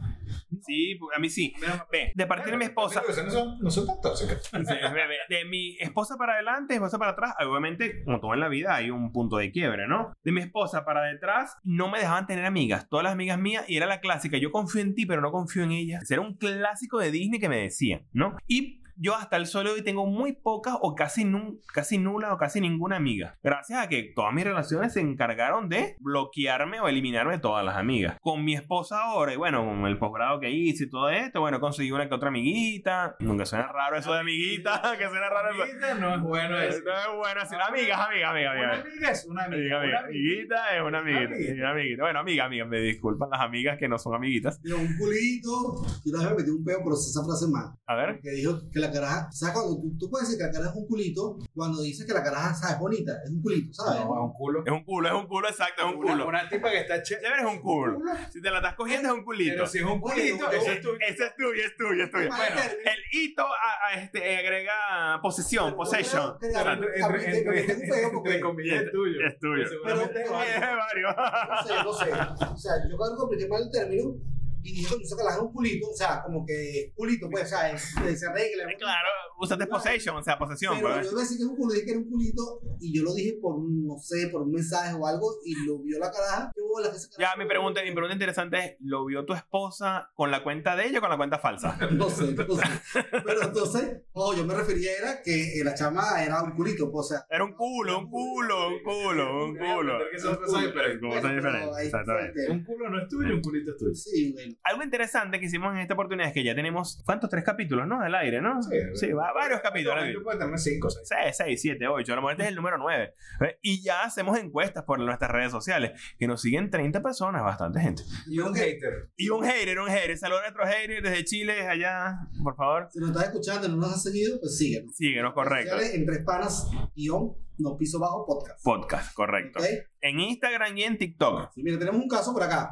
Speaker 2: Sí, a mí sí.
Speaker 1: A mí no me-
Speaker 2: Ve, de partir de mi esposa.
Speaker 3: Pero no son, no son tan tóxicas.
Speaker 2: Sí, bebé. De mi esposa para adelante, esposa para atrás, obviamente, como todo en la vida, hay un punto de quiebre, ¿no? De mi esposa para detrás, no me dejaban tener amigas, todas las amigas mías, y era la clásica, yo confío en ti, pero no confío en ella. Ese Era un clásico de Disney que me decían, ¿no? Y yo hasta el sol de hoy tengo muy pocas o casi, nun- casi nula o casi ninguna amiga. Gracias a que todas mis relaciones se encargaron de bloquearme o eliminarme de todas las amigas. Con mi esposa ahora, y bueno, con el posgrado que hice y todo esto, bueno, conseguí una que otra amiguita. Nunca suena raro eso de amiguita, que suena raro eso.
Speaker 1: Amiguita no es bueno
Speaker 2: No
Speaker 1: decir.
Speaker 2: es bueno decir amigas, amigas, amigas,
Speaker 1: Una
Speaker 2: amigas.
Speaker 1: amiga es una amiga.
Speaker 2: Amiga, amiga.
Speaker 1: una amiguita.
Speaker 2: Amiguita es una amiguita.
Speaker 1: Amiguita.
Speaker 2: Una amiguita. Bueno, amiga, amiga, me disculpan las amigas que no son amiguitas.
Speaker 5: Mira, un culito, yo una vez me metí un peo por esa frase mal.
Speaker 2: A ver.
Speaker 5: Que dijo que la caraja, ¿sabes? Cuando tú, tú puedes decir que la caraja es un culito, cuando dices que la caraja, ¿sabes? Bonita, es un culito, ¿sabes?
Speaker 1: No, un culo.
Speaker 2: Es un culo, es un culo, exacto, es un
Speaker 1: Una-
Speaker 2: culo.
Speaker 1: Una tipa que está chévere.
Speaker 2: Chévere es un culo. Si te la estás cogiendo es un culito.
Speaker 1: Pero si es un
Speaker 5: Oye,
Speaker 1: culito,
Speaker 5: no,
Speaker 1: eso
Speaker 5: no.
Speaker 1: es tuyo.
Speaker 2: Ese es tuyo, es tuyo, es tuyo.
Speaker 5: Bueno,
Speaker 2: El hito a, a este, eh, agrega posesión, possession.
Speaker 5: Pero-
Speaker 2: Exacto.
Speaker 1: Entre- entre-
Speaker 5: Capítulo,
Speaker 1: entre-
Speaker 5: tengo un peo porque-
Speaker 1: Entre comillas es tuyo.
Speaker 2: Es tuyo.
Speaker 1: Seguramente
Speaker 5: Pero-
Speaker 1: vale.
Speaker 2: Eh, Mario.
Speaker 5: no sé, no sé. O sea, yo cuando comprendí mal el término y dije, coño, esa caraja es un culito, o sea, como que es culito, pues, o sea, es- se arregla. ¿no?
Speaker 2: Claro, usaste possession, o sea, posesión.
Speaker 5: Pero
Speaker 2: pues.
Speaker 5: yo decía que es un culito, dije que era un culito, y yo lo dije por, un- no sé, por un mensaje o algo, y lo vio la caraja. Qué bola que esa
Speaker 2: Ya,
Speaker 5: caraja-
Speaker 2: mi pregunta, mi pregunta interesante es, ¿lo vio tu esposa con la cuenta de ella o con la cuenta falsa?
Speaker 5: No sé, no sé. Pero entonces, ojo, yo me refería era que la chama era un culito, pues, o sea.
Speaker 2: Era un culo, un culo, un culo, un
Speaker 1: Voy a
Speaker 2: culo.
Speaker 1: aprender que son cosas diferentes.
Speaker 2: Como son
Speaker 5: bueno, pero
Speaker 2: diferentes,
Speaker 5: ahí fue el
Speaker 2: exactamente.
Speaker 5: tema.
Speaker 1: Un culo no es tuyo, un culito es tuyo.
Speaker 5: Sí, güey, entiendo.
Speaker 2: Algo interesante que hicimos en esta oportunidad es que ya tenemos, ¿cuántos? Tres capítulos, ¿no? Al aire, ¿no?
Speaker 1: Sí,
Speaker 2: va, varios capítulos.
Speaker 1: Yo puedo tener 5 o 6.
Speaker 2: 6, 6, 7, 8. A lo mejor este es el número 9. Y ya hacemos encuestas por nuestras redes sociales. Que nos siguen 30 personas, bastante gente.
Speaker 1: Y un hater.
Speaker 2: Y un hater, un hater. Saludos a nuestros haters desde Chile, allá, por favor.
Speaker 5: Si nos estás escuchando y no nos has seguido, pues síguenos.
Speaker 2: Síguenos, correcto.
Speaker 5: Sociales En tres panas, guión, no piso bajo, podcast.
Speaker 2: Podcast, correcto.
Speaker 5: ¿Ok?
Speaker 2: En Instagram y en TikTok.
Speaker 5: Sí, mira, tenemos un caso por acá.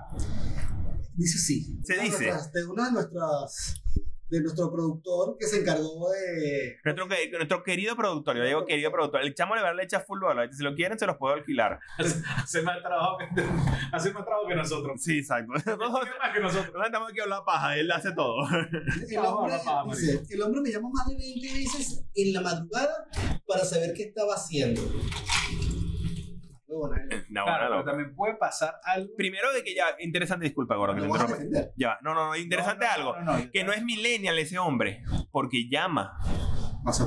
Speaker 5: Dice sí.
Speaker 2: Se
Speaker 5: Una de
Speaker 2: dice.
Speaker 5: nuestras- De una de nuestras. De nuestro productor que se encargó de.
Speaker 2: Nuestro, que- nuestro querido productor, yo digo querido productor, el chamo de verdad le echa full bola. Si lo quieren, se los puedo alquilar.
Speaker 1: Hace más trabajo que, hace más trabajo que nosotros.
Speaker 2: Sí, exacto. Nosotros
Speaker 1: Tiene más que nosotros.
Speaker 2: estamos aquí a hablar paja, él hace todo.
Speaker 5: El hombre,
Speaker 1: Ah, papá,
Speaker 5: dice, el hombre me llamó más de 20 veces en la madrugada para saber qué estaba haciendo. Huevona, ¿eh?
Speaker 2: No,
Speaker 1: Claro,
Speaker 2: no,
Speaker 1: pero
Speaker 2: no.
Speaker 1: también puede pasar algo.
Speaker 2: Primero de que ya, interesante, disculpa, gordo, que
Speaker 5: Lo
Speaker 2: te
Speaker 5: vas a
Speaker 2: interrumpa.
Speaker 5: defender.
Speaker 2: Ya, no, no, no, interesante
Speaker 1: No, no,
Speaker 2: algo.
Speaker 1: no, no, no.
Speaker 2: Que no es millennial ese hombre, porque llama.
Speaker 5: O sea,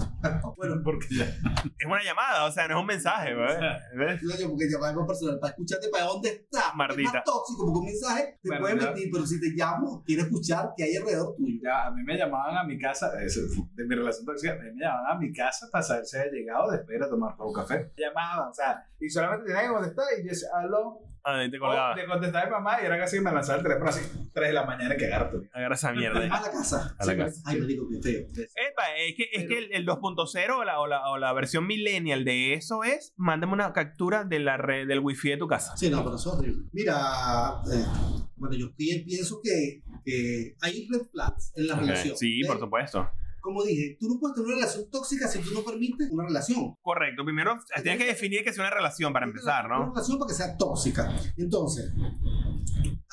Speaker 5: bueno,
Speaker 1: Porque ya.
Speaker 2: Es una llamada, o sea, no es un mensaje, ¿verdad? ¿ves?
Speaker 5: yo porque llamar algo personal para escucharte para dónde está.
Speaker 2: Mardita.
Speaker 5: Es más tóxico porque un mensaje te
Speaker 1: Bueno,
Speaker 5: puede
Speaker 1: ya.
Speaker 5: mentir, pero si te llamo, quiero escuchar qué hay alrededor tuyo.
Speaker 1: Ya, a mí me llamaban a mi casa, eso es de mi relación tóxica, a mí me llamaban a mi casa para saber si había llegado después de ir a tomar un café. Llamaban, o sea, y solamente tenía que contestar y yo decía, aló.
Speaker 2: Ah, ahí te
Speaker 1: O
Speaker 2: colgaba.
Speaker 1: Le contestaba a mi mamá y era casi me lanzaba el teléfono así, 3 de la mañana que agarra tu vida.
Speaker 2: Agarra esa mierda. ahí.
Speaker 5: A la casa.
Speaker 2: A la casa.
Speaker 5: Ay, me digo qué feo.
Speaker 2: Epa, es que, es que el, el 2.0 o la, o, la, o la versión millennial de eso es, mándame una captura de la red, del wifi de tu casa.
Speaker 5: Sí, no, pero eso es horrible. Mira, eh, bueno, yo pi- pienso que, que hay red flags en la
Speaker 2: Ok,
Speaker 5: relación.
Speaker 2: Sí,
Speaker 5: ¿ok?
Speaker 2: por supuesto.
Speaker 5: Como dije, tú no puedes tener una relación tóxica si tú no permites una relación.
Speaker 2: Correcto, primero tienes que definir que sea una relación para empezar,
Speaker 5: Una
Speaker 2: ¿no?
Speaker 5: relación para que sea tóxica. Entonces,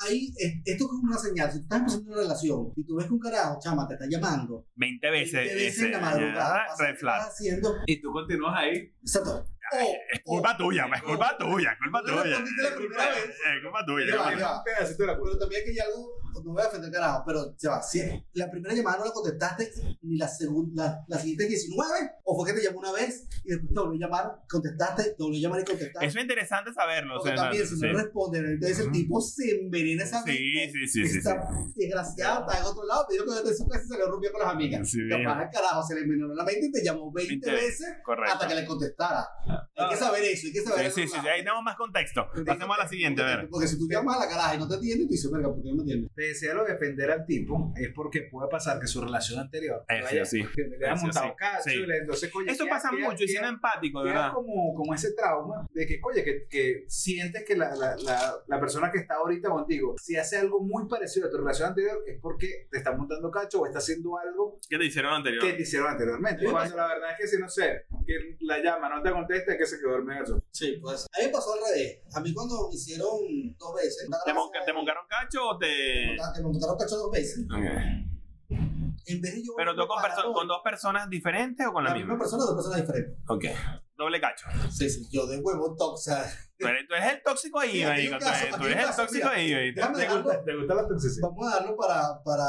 Speaker 5: ahí, eh, esto es una señal. Si tú estás empezando una relación y tú ves que un carajo, chama, te está llamando,
Speaker 2: 20
Speaker 5: te
Speaker 2: veces.
Speaker 5: ves en la
Speaker 2: ese,
Speaker 5: madrugada,
Speaker 2: ya,
Speaker 5: pasa,
Speaker 2: red
Speaker 5: ¿qué
Speaker 2: flag.
Speaker 5: estás haciendo?
Speaker 1: Y tú continúas ahí.
Speaker 5: Exacto.
Speaker 2: Es culpa tuya, es culpa tuya, es culpa
Speaker 5: No le
Speaker 2: tuya.
Speaker 5: respondiste la primera vez.
Speaker 2: Es culpa
Speaker 1: Y
Speaker 2: tuya.
Speaker 5: Ya va,
Speaker 1: un
Speaker 5: ya va.
Speaker 1: pedacito de la culpa.
Speaker 5: Pero también que hay algo, pues, no voy a defender carajo, pero se va. Si la primera llamada no la contestaste, ni la segunda, la, la siguiente 19, o fue que te llamó una vez y después te volvió a llamar, contestaste, te volvió a llamar y contestaste.
Speaker 2: Eso es interesante saberlo. o
Speaker 5: Porque
Speaker 2: sea,
Speaker 5: también,
Speaker 2: sí.
Speaker 5: si no responden, entonces el
Speaker 2: Ujú.
Speaker 5: tipo se envenena esa vez.
Speaker 2: Sí, sí, sí, sí, sí.
Speaker 5: Está desgraciado, está en otro lado, te digo que desde su casa se le rompió con las amigas.
Speaker 2: Sí,
Speaker 5: Capaz el carajo se le envenenó la mente y te llamó 20,
Speaker 2: 20
Speaker 5: veces
Speaker 2: Correcto. Ah.
Speaker 5: hasta que le contestara. Hay que saber eso, hay que saber
Speaker 2: Sí,
Speaker 5: eso.
Speaker 2: sí, sí, ahí tenemos más contexto. Pasemos a la siguiente, a ver.
Speaker 5: Porque si tú llamas a la caraja y no te atiende, tú dices, verga, ¿por qué no me atiende?
Speaker 1: Te decía lo de defender al tipo, es porque puede pasar que su relación anterior
Speaker 2: Eh, sí,
Speaker 1: vaya-
Speaker 2: sí.
Speaker 1: que le hayan
Speaker 2: Eh, sí,
Speaker 1: montado
Speaker 2: sí.
Speaker 1: cacho,
Speaker 2: Sí.
Speaker 1: y le- entonces, coño,
Speaker 2: Eso
Speaker 1: queda-
Speaker 2: pasa
Speaker 1: queda-
Speaker 2: mucho y
Speaker 1: queda-
Speaker 2: siendo empático, de
Speaker 1: queda
Speaker 2: Pues, ¿verdad?
Speaker 1: como, como ese trauma de que, oye, que, que sientes que la, la, la, la persona que está ahorita contigo, si hace algo muy parecido a tu relación anterior, es porque te está montando cacho o está haciendo algo
Speaker 2: ¿Qué te hicieron anterior?
Speaker 1: que te hicieron anteriormente. Cuando la verdad es que si no sé, que la llama no te contesta, es que se quedó dormido en el sofá.
Speaker 5: Sí, pues. A mí me pasó al revés. A mí cuando me hicieron dos veces. una
Speaker 2: ¿Te,
Speaker 5: gracia-
Speaker 2: monca- eh. te moncaron cacho o te.?
Speaker 5: Que me montaron cacho dos veces.
Speaker 2: Ok.
Speaker 5: En vez de yo.
Speaker 2: ¿Pero tú con, perso-
Speaker 5: paranoia,
Speaker 2: con dos personas diferentes o con la,
Speaker 5: la
Speaker 2: misma?
Speaker 5: misma persona, dos personas diferentes.
Speaker 2: Ok. Doble cacho.
Speaker 5: Sí, sí, yo de huevo toxa.
Speaker 2: Tú eres, tú eres el tóxico ahí,
Speaker 5: Sí, aquí hay
Speaker 2: marico.
Speaker 5: un
Speaker 2: Tú eres, tú
Speaker 5: caso, aquí hay
Speaker 2: eres
Speaker 5: un
Speaker 2: el
Speaker 5: caso,
Speaker 2: tóxico
Speaker 5: mira.
Speaker 2: ahí, ahorita.
Speaker 5: Déjame
Speaker 1: ¿Te gusta,
Speaker 5: dejarlo.
Speaker 1: te gusta la toxicidad?
Speaker 5: Vamos a darlo para. Para,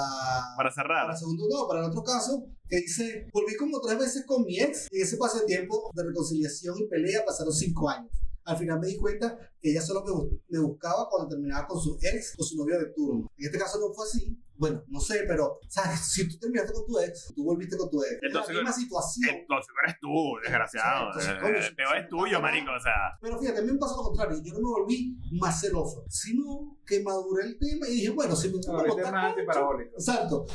Speaker 2: Para cerrar.
Speaker 5: para segundo, no, para el otro caso. Que dice: Volví como tres veces con mi ex. Y en ese paso de tiempo de reconciliación y pelea pasaron cinco años. Al final me di cuenta que ella solo me, bus- me buscaba cuando terminaba con su ex o su novio de turno. En este caso no fue así. Bueno, no sé, pero, ¿sabes? Si tú terminaste con tu ex, tú volviste con tu ex.
Speaker 2: Entonces,
Speaker 5: es la misma situación.
Speaker 2: El tóxico eres Eh, tú, desgraciado. Eh,
Speaker 5: Sí, entonces, coño,
Speaker 2: El peor
Speaker 5: sí,
Speaker 2: es tuyo,
Speaker 5: no,
Speaker 2: marico. O sea.
Speaker 5: Pero fíjate, a mí me pasó lo contrario. Yo no me volví más celoso, sino que maduré el tema y dije, bueno, si me
Speaker 1: No, ahorita es más antiparabólico.
Speaker 5: Exacto.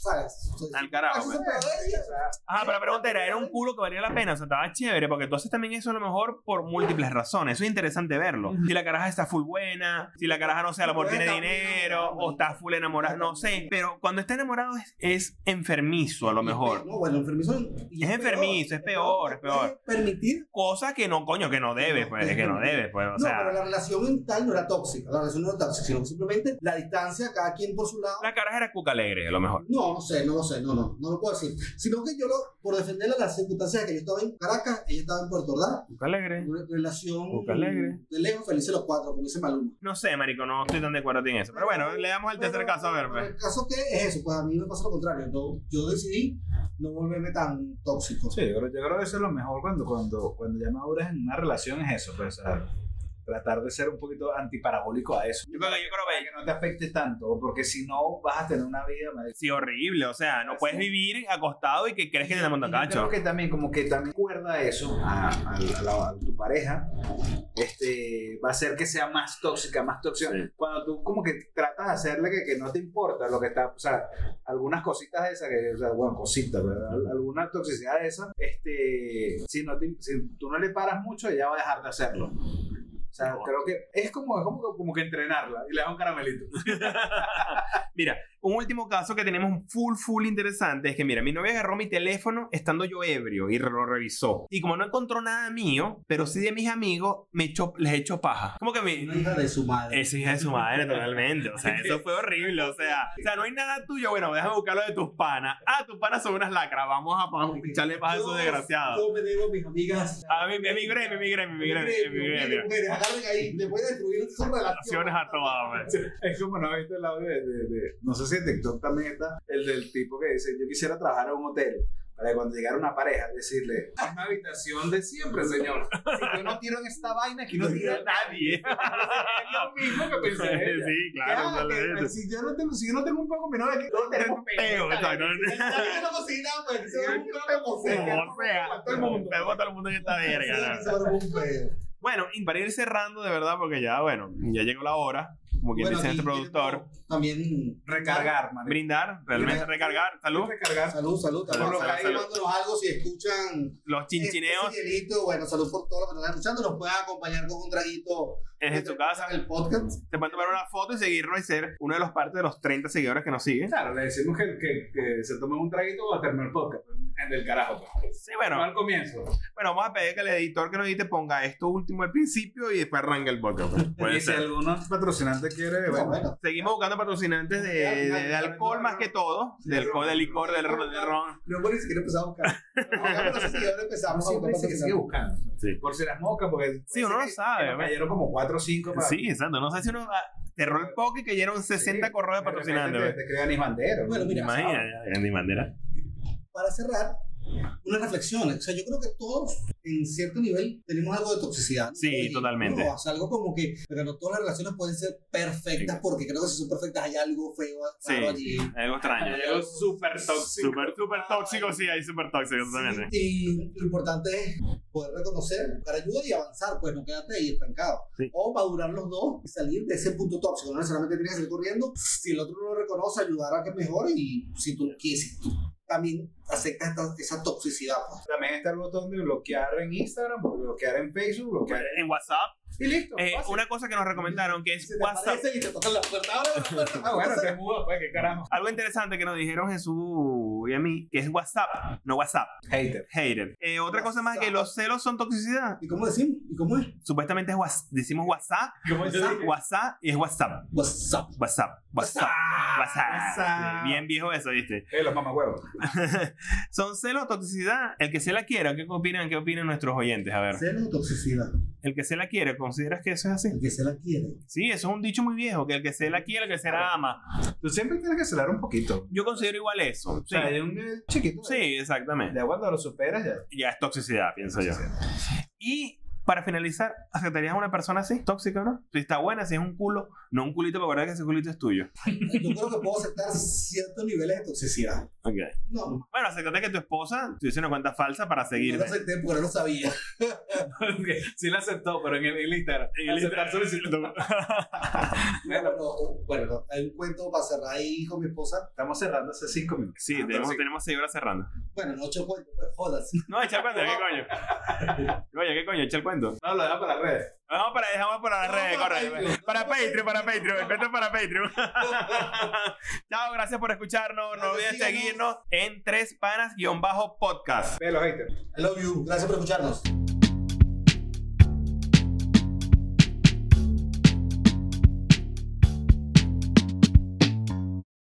Speaker 5: ¿Sabes? Entonces,
Speaker 2: Al carajo,
Speaker 5: gracias
Speaker 1: pues.
Speaker 5: a ella,
Speaker 1: O sea,
Speaker 2: Ajá, pero la pregunta era, ¿era un culo que valía la pena? O sea, estaba chévere, porque entonces también eso a lo mejor por múltiples razones. Eso es interesante verlo. Si la caraja está full buena, si la caraja, no sé, a lo mejor tiene dinero, o está full enamorada, no sé. Pero cuando está enamorado es, es enfermizo a lo mejor.
Speaker 5: No, bueno, enfermizo. y
Speaker 2: Es enfermizo, es peor, es peor.
Speaker 5: puede Permitir.
Speaker 2: Cosas que no, coño, que no debe, pues, que no debe, pues, o
Speaker 5: no, pero
Speaker 2: sea.
Speaker 5: la relación en tal no era tóxica. La relación no era tóxica, sino que simplemente la distancia, cada quien por su lado.
Speaker 2: La caraja era cuca alegre, a lo mejor.
Speaker 5: No, no sé, no lo sé, no, no, no lo puedo decir. Sino que yo, lo, por defenderla, las circunstancias de que yo estaba en Caracas, ella estaba en Puerto Ordaz,
Speaker 2: Cuca alegre.
Speaker 5: Re- relación
Speaker 2: Boca Alegre.
Speaker 5: de lejos, felices los cuatro, como dice Maluma.
Speaker 2: No sé, marico, no estoy tan de acuerdo en eso. Pero bueno, le damos el tercer
Speaker 5: Pero-
Speaker 2: caso a ver,
Speaker 5: pero
Speaker 2: pues.
Speaker 5: El caso que es eso, pues a mí me pasó lo contrario. Yo, yo decidí no volverme tan tóxico.
Speaker 1: Sí, yo creo, yo creo que eso es lo mejor cuando, cuando, cuando ya maduras en una relación es eso, pues, o sea, tratar de ser un poquito antiparabólico a eso.
Speaker 2: Yo creo que, yo creo
Speaker 1: Para
Speaker 2: que
Speaker 1: que no te afecte tanto, porque si no vas a tener una vida más
Speaker 2: sí, horrible. O sea, no puedes vivir acostado y que crees que te
Speaker 1: Y
Speaker 2: montan
Speaker 1: yo Creo
Speaker 2: cacho.
Speaker 1: que también, como que también cuerda eso a, a la- a la- a tu pareja, este, va a hacer que sea más tóxica, más tóxica.
Speaker 2: Sí.
Speaker 1: Cuando tú como que tratas de hacerle que, que no te importa lo que está, o sea, algunas cositas esas, que, o sea, bueno, cositas, ¿verdad? Al- alguna toxicidad de esa, este, si, no te- si tú no le paras mucho, ella va a dejar de hacerlo. O sea,
Speaker 2: No.
Speaker 1: creo que es como, es como, como que entrenarla y le das un caramelito.
Speaker 2: Mira, un último caso que tenemos full, full interesante es que, mira, mi novia agarró mi teléfono estando yo ebrio y lo revisó. Y como no encontró nada mío, pero sí de mis amigos, me echó, les echó paja. Como que mi,
Speaker 5: Una hija de su madre.
Speaker 2: Es hija de su madre, totalmente. O sea, eso fue horrible. O sea, o sea, no hay nada tuyo. Bueno, déjame buscar lo de tus panas. Ah, tus panas son unas lacras. Vamos a pa- echarle paz a esos
Speaker 5: Yo-
Speaker 2: desgraciados.
Speaker 5: Yo me debo a mis amigas.
Speaker 2: A mi, a mi gremio, a mi gremio, a mi gremio, a mi gremio.
Speaker 5: Mujeres, agarren ahí, le voy a destruir su relación.
Speaker 2: Acciones a todas, man.
Speaker 1: Es como no viste el audio de, de- de- No sé si en TikTok también está el del tipo que dice: Yo quisiera trabajar en un hotel. Para que cuando llegara una pareja, decirle: "Es Una habitación de siempre, señor. Si yo no tiro en esta vaina, aquí no tira
Speaker 2: nadie.
Speaker 1: Es lo mismo que
Speaker 5: Pues
Speaker 1: pensé. en ella. Que,
Speaker 2: Sí, claro,
Speaker 1: ah, que,
Speaker 2: totalmente.
Speaker 1: si, yo no tengo, si yo no tengo un poco menor aquí, no tengo
Speaker 2: Peo,
Speaker 5: Ya
Speaker 2: exactamente.
Speaker 5: que no cocina, pues, se va a buscar como sea.
Speaker 2: Como sea,
Speaker 5: Todo el mundo.
Speaker 2: pego a todo el mundo en esta verga. ¿no?
Speaker 5: Se va a un pedo.
Speaker 2: Bueno, y para ir cerrando de verdad, porque ya, bueno, ya llegó la hora, como quien
Speaker 5: Bueno,
Speaker 2: dice
Speaker 5: aquí
Speaker 2: este productor,
Speaker 5: quiero También.
Speaker 1: Recargar, man.
Speaker 2: brindar, realmente
Speaker 1: Brindar.
Speaker 2: recargar, salud.
Speaker 1: Recargar.
Speaker 5: Salud, salud.
Speaker 2: Salud,
Speaker 5: Por lo que
Speaker 2: salud,
Speaker 5: hay,
Speaker 2: salud.
Speaker 5: mándanos algo si escuchan.
Speaker 2: Los chinchineos
Speaker 5: este cielito, bueno, salud por todo lo que nos están escuchando. Nos pueden acompañar con un traguito.
Speaker 2: este es en
Speaker 5: mientras
Speaker 2: tu casa.
Speaker 5: escuchan El podcast.
Speaker 2: Te pueden tomar una foto y seguirnos y ser uno de los partes de los 30 seguidores que nos siguen.
Speaker 1: Claro, le decimos que, que, que se tomen un traguito o terminar el podcast. En del carajo. pues.
Speaker 2: Sí,
Speaker 1: No
Speaker 2: bueno,
Speaker 1: al comienzo.
Speaker 2: bueno, vamos a pedir que el editor que nos edite ponga esto último al principio y después arranca el podcast. pues.
Speaker 1: y
Speaker 2: Puede
Speaker 1: si
Speaker 2: ser.
Speaker 1: alguno patrocinante quiere,
Speaker 5: Bueno,
Speaker 1: bueno.
Speaker 5: bueno.
Speaker 2: Seguimos buscando patrocinantes de, de- de alcohol más que todo, de alcohol, de licor, del ron. del ron.
Speaker 5: Luego ni siquiera empezamos a buscar. Hagámoslo así, ahora empezamos a
Speaker 1: siempre dice
Speaker 5: buscar.
Speaker 1: que sigue buscando.
Speaker 2: Sí.
Speaker 1: Por si las moscas, porque.
Speaker 2: Sí, uno no sabe.
Speaker 1: Me
Speaker 2: ¿ves?
Speaker 1: cayeron como 4 o 5 para.
Speaker 2: Sí, exacto. No sé si uno ah, cerró el poke y cayeron 60 correos de
Speaker 1: De repente
Speaker 2: patrocinantes.
Speaker 1: Te,
Speaker 2: ¿ves?
Speaker 1: te crean mis banderas.
Speaker 5: Bueno, mira,
Speaker 2: Imagina, ya, Andy Bandera.
Speaker 5: para cerrar, unas reflexiones. O sea, yo creo que todos, en cierto nivel, tenemos algo de toxicidad. ¿no?
Speaker 2: Sí,
Speaker 5: Y,
Speaker 2: totalmente.
Speaker 5: no, o sea, algo como que, pero no todas las relaciones pueden ser perfectas, porque creo que si son perfectas hay algo feo raro allí.
Speaker 2: Sí, algo extraño.
Speaker 1: Algo súper tóxico.
Speaker 2: ah, Súper, súper tóxico, sí, ahí súper tóxico totalmente.
Speaker 5: Sí, y lo importante es poder reconocer, buscar ayuda y avanzar, pues no quedarte ahí estancado.
Speaker 2: Sí.
Speaker 5: O madurar los dos y salir de ese punto tóxico. No necesariamente tienes que salir corriendo. Si el otro no lo reconoce, ayudar a que mejore y si tú quieres, tú también aceptas esta- esa toxicidad. pues.
Speaker 1: También está el botón de bloquear en Instagram, bloquear en Facebook, bloquear.
Speaker 2: En WhatsApp,
Speaker 1: Y listo.
Speaker 2: eh,
Speaker 1: fácil.
Speaker 2: una cosa que nos recomendaron que es
Speaker 5: Se te
Speaker 2: WhatsApp.
Speaker 5: aparecen y te tocan la puerta. Ahora la puerta.
Speaker 1: Ah, bueno, te mudó, pues, qué carajo.
Speaker 2: Algo interesante que nos dijeron Jesús y a mí, que es WhatsApp, no WhatsApp,
Speaker 1: Hater.
Speaker 2: hater. Eh, otra cosa más es que los celos son toxicidad.
Speaker 5: ¿Y cómo decimos? ¿Y cómo es?
Speaker 2: Supuestamente es whats- decimos WhatsApp, WhatsApp, WhatsApp y es WhatsApp.
Speaker 5: WhatsApp.
Speaker 2: WhatsApp, WhatsApp, WhatsApp. Sí, Bien viejo eso, ¿viste?
Speaker 1: Eh, los mamahuevos.
Speaker 2: Son celos, toxicidad. El que se la quiera, ¿qué opinan? ¿Qué opinan nuestros oyentes? A ver,
Speaker 5: Cero de toxicidad.
Speaker 2: el que se la quiere, ¿consideras que eso es así?
Speaker 5: El que se la quiere.
Speaker 2: Sí, eso es un dicho muy viejo, que el que se la quiere, el que se la ama.
Speaker 1: Tú siempre tienes que celar un poquito.
Speaker 2: Yo considero igual eso.
Speaker 1: O
Speaker 2: Sí,
Speaker 1: sea, hay un nivel chiquito. de-
Speaker 2: sí exactamente.
Speaker 1: Ya cuando lo superas, ya.
Speaker 2: ya es toxicidad, pienso yo. Y para finalizar, ¿aceptarías a una persona así? ¿Tóxica o no? Si está buena, si es un culo, no un culito, pero verdad que ese culito es tuyo.
Speaker 5: Yo creo que puedo aceptar ciertos niveles de toxicidad.
Speaker 2: Ok.
Speaker 5: No,
Speaker 2: Bueno, acéptate que tu esposa tuviese una cuenta falsa para
Speaker 5: no lo
Speaker 2: seguirme.
Speaker 5: acepté porque no lo sabía.
Speaker 1: Porque sí la aceptó, pero en el, en el Instagram.
Speaker 2: En el
Speaker 1: Aceptar
Speaker 2: Instagram.
Speaker 1: solicitud.
Speaker 5: Bueno, bueno, bueno, hay un cuento para cerrar ahí con mi esposa.
Speaker 1: Estamos cerrando hace 5 minutos.
Speaker 2: Sí,
Speaker 1: Ah, pero
Speaker 2: tenemos,
Speaker 1: sí.
Speaker 2: tenemos seis horas cerrando.
Speaker 5: Bueno, no ocho cuentos, pues jodas.
Speaker 2: No, echa el cuento, ¿qué coño? Oye, ¿qué coño? Echa el cuento.
Speaker 1: No, lo deja para las redes.
Speaker 2: Vamos para, dejamos para las
Speaker 5: No,
Speaker 2: redes,
Speaker 5: para
Speaker 2: corre.
Speaker 5: Patreon.
Speaker 2: Para Patreon, para Patreon. El cuento para Patreon. Chao, gracias por escucharnos. No
Speaker 5: Gracias,
Speaker 2: olviden
Speaker 5: síganos.
Speaker 2: seguirnos en tres panas-podcast.
Speaker 1: Ve los haters.
Speaker 5: I love you. Gracias por escucharnos.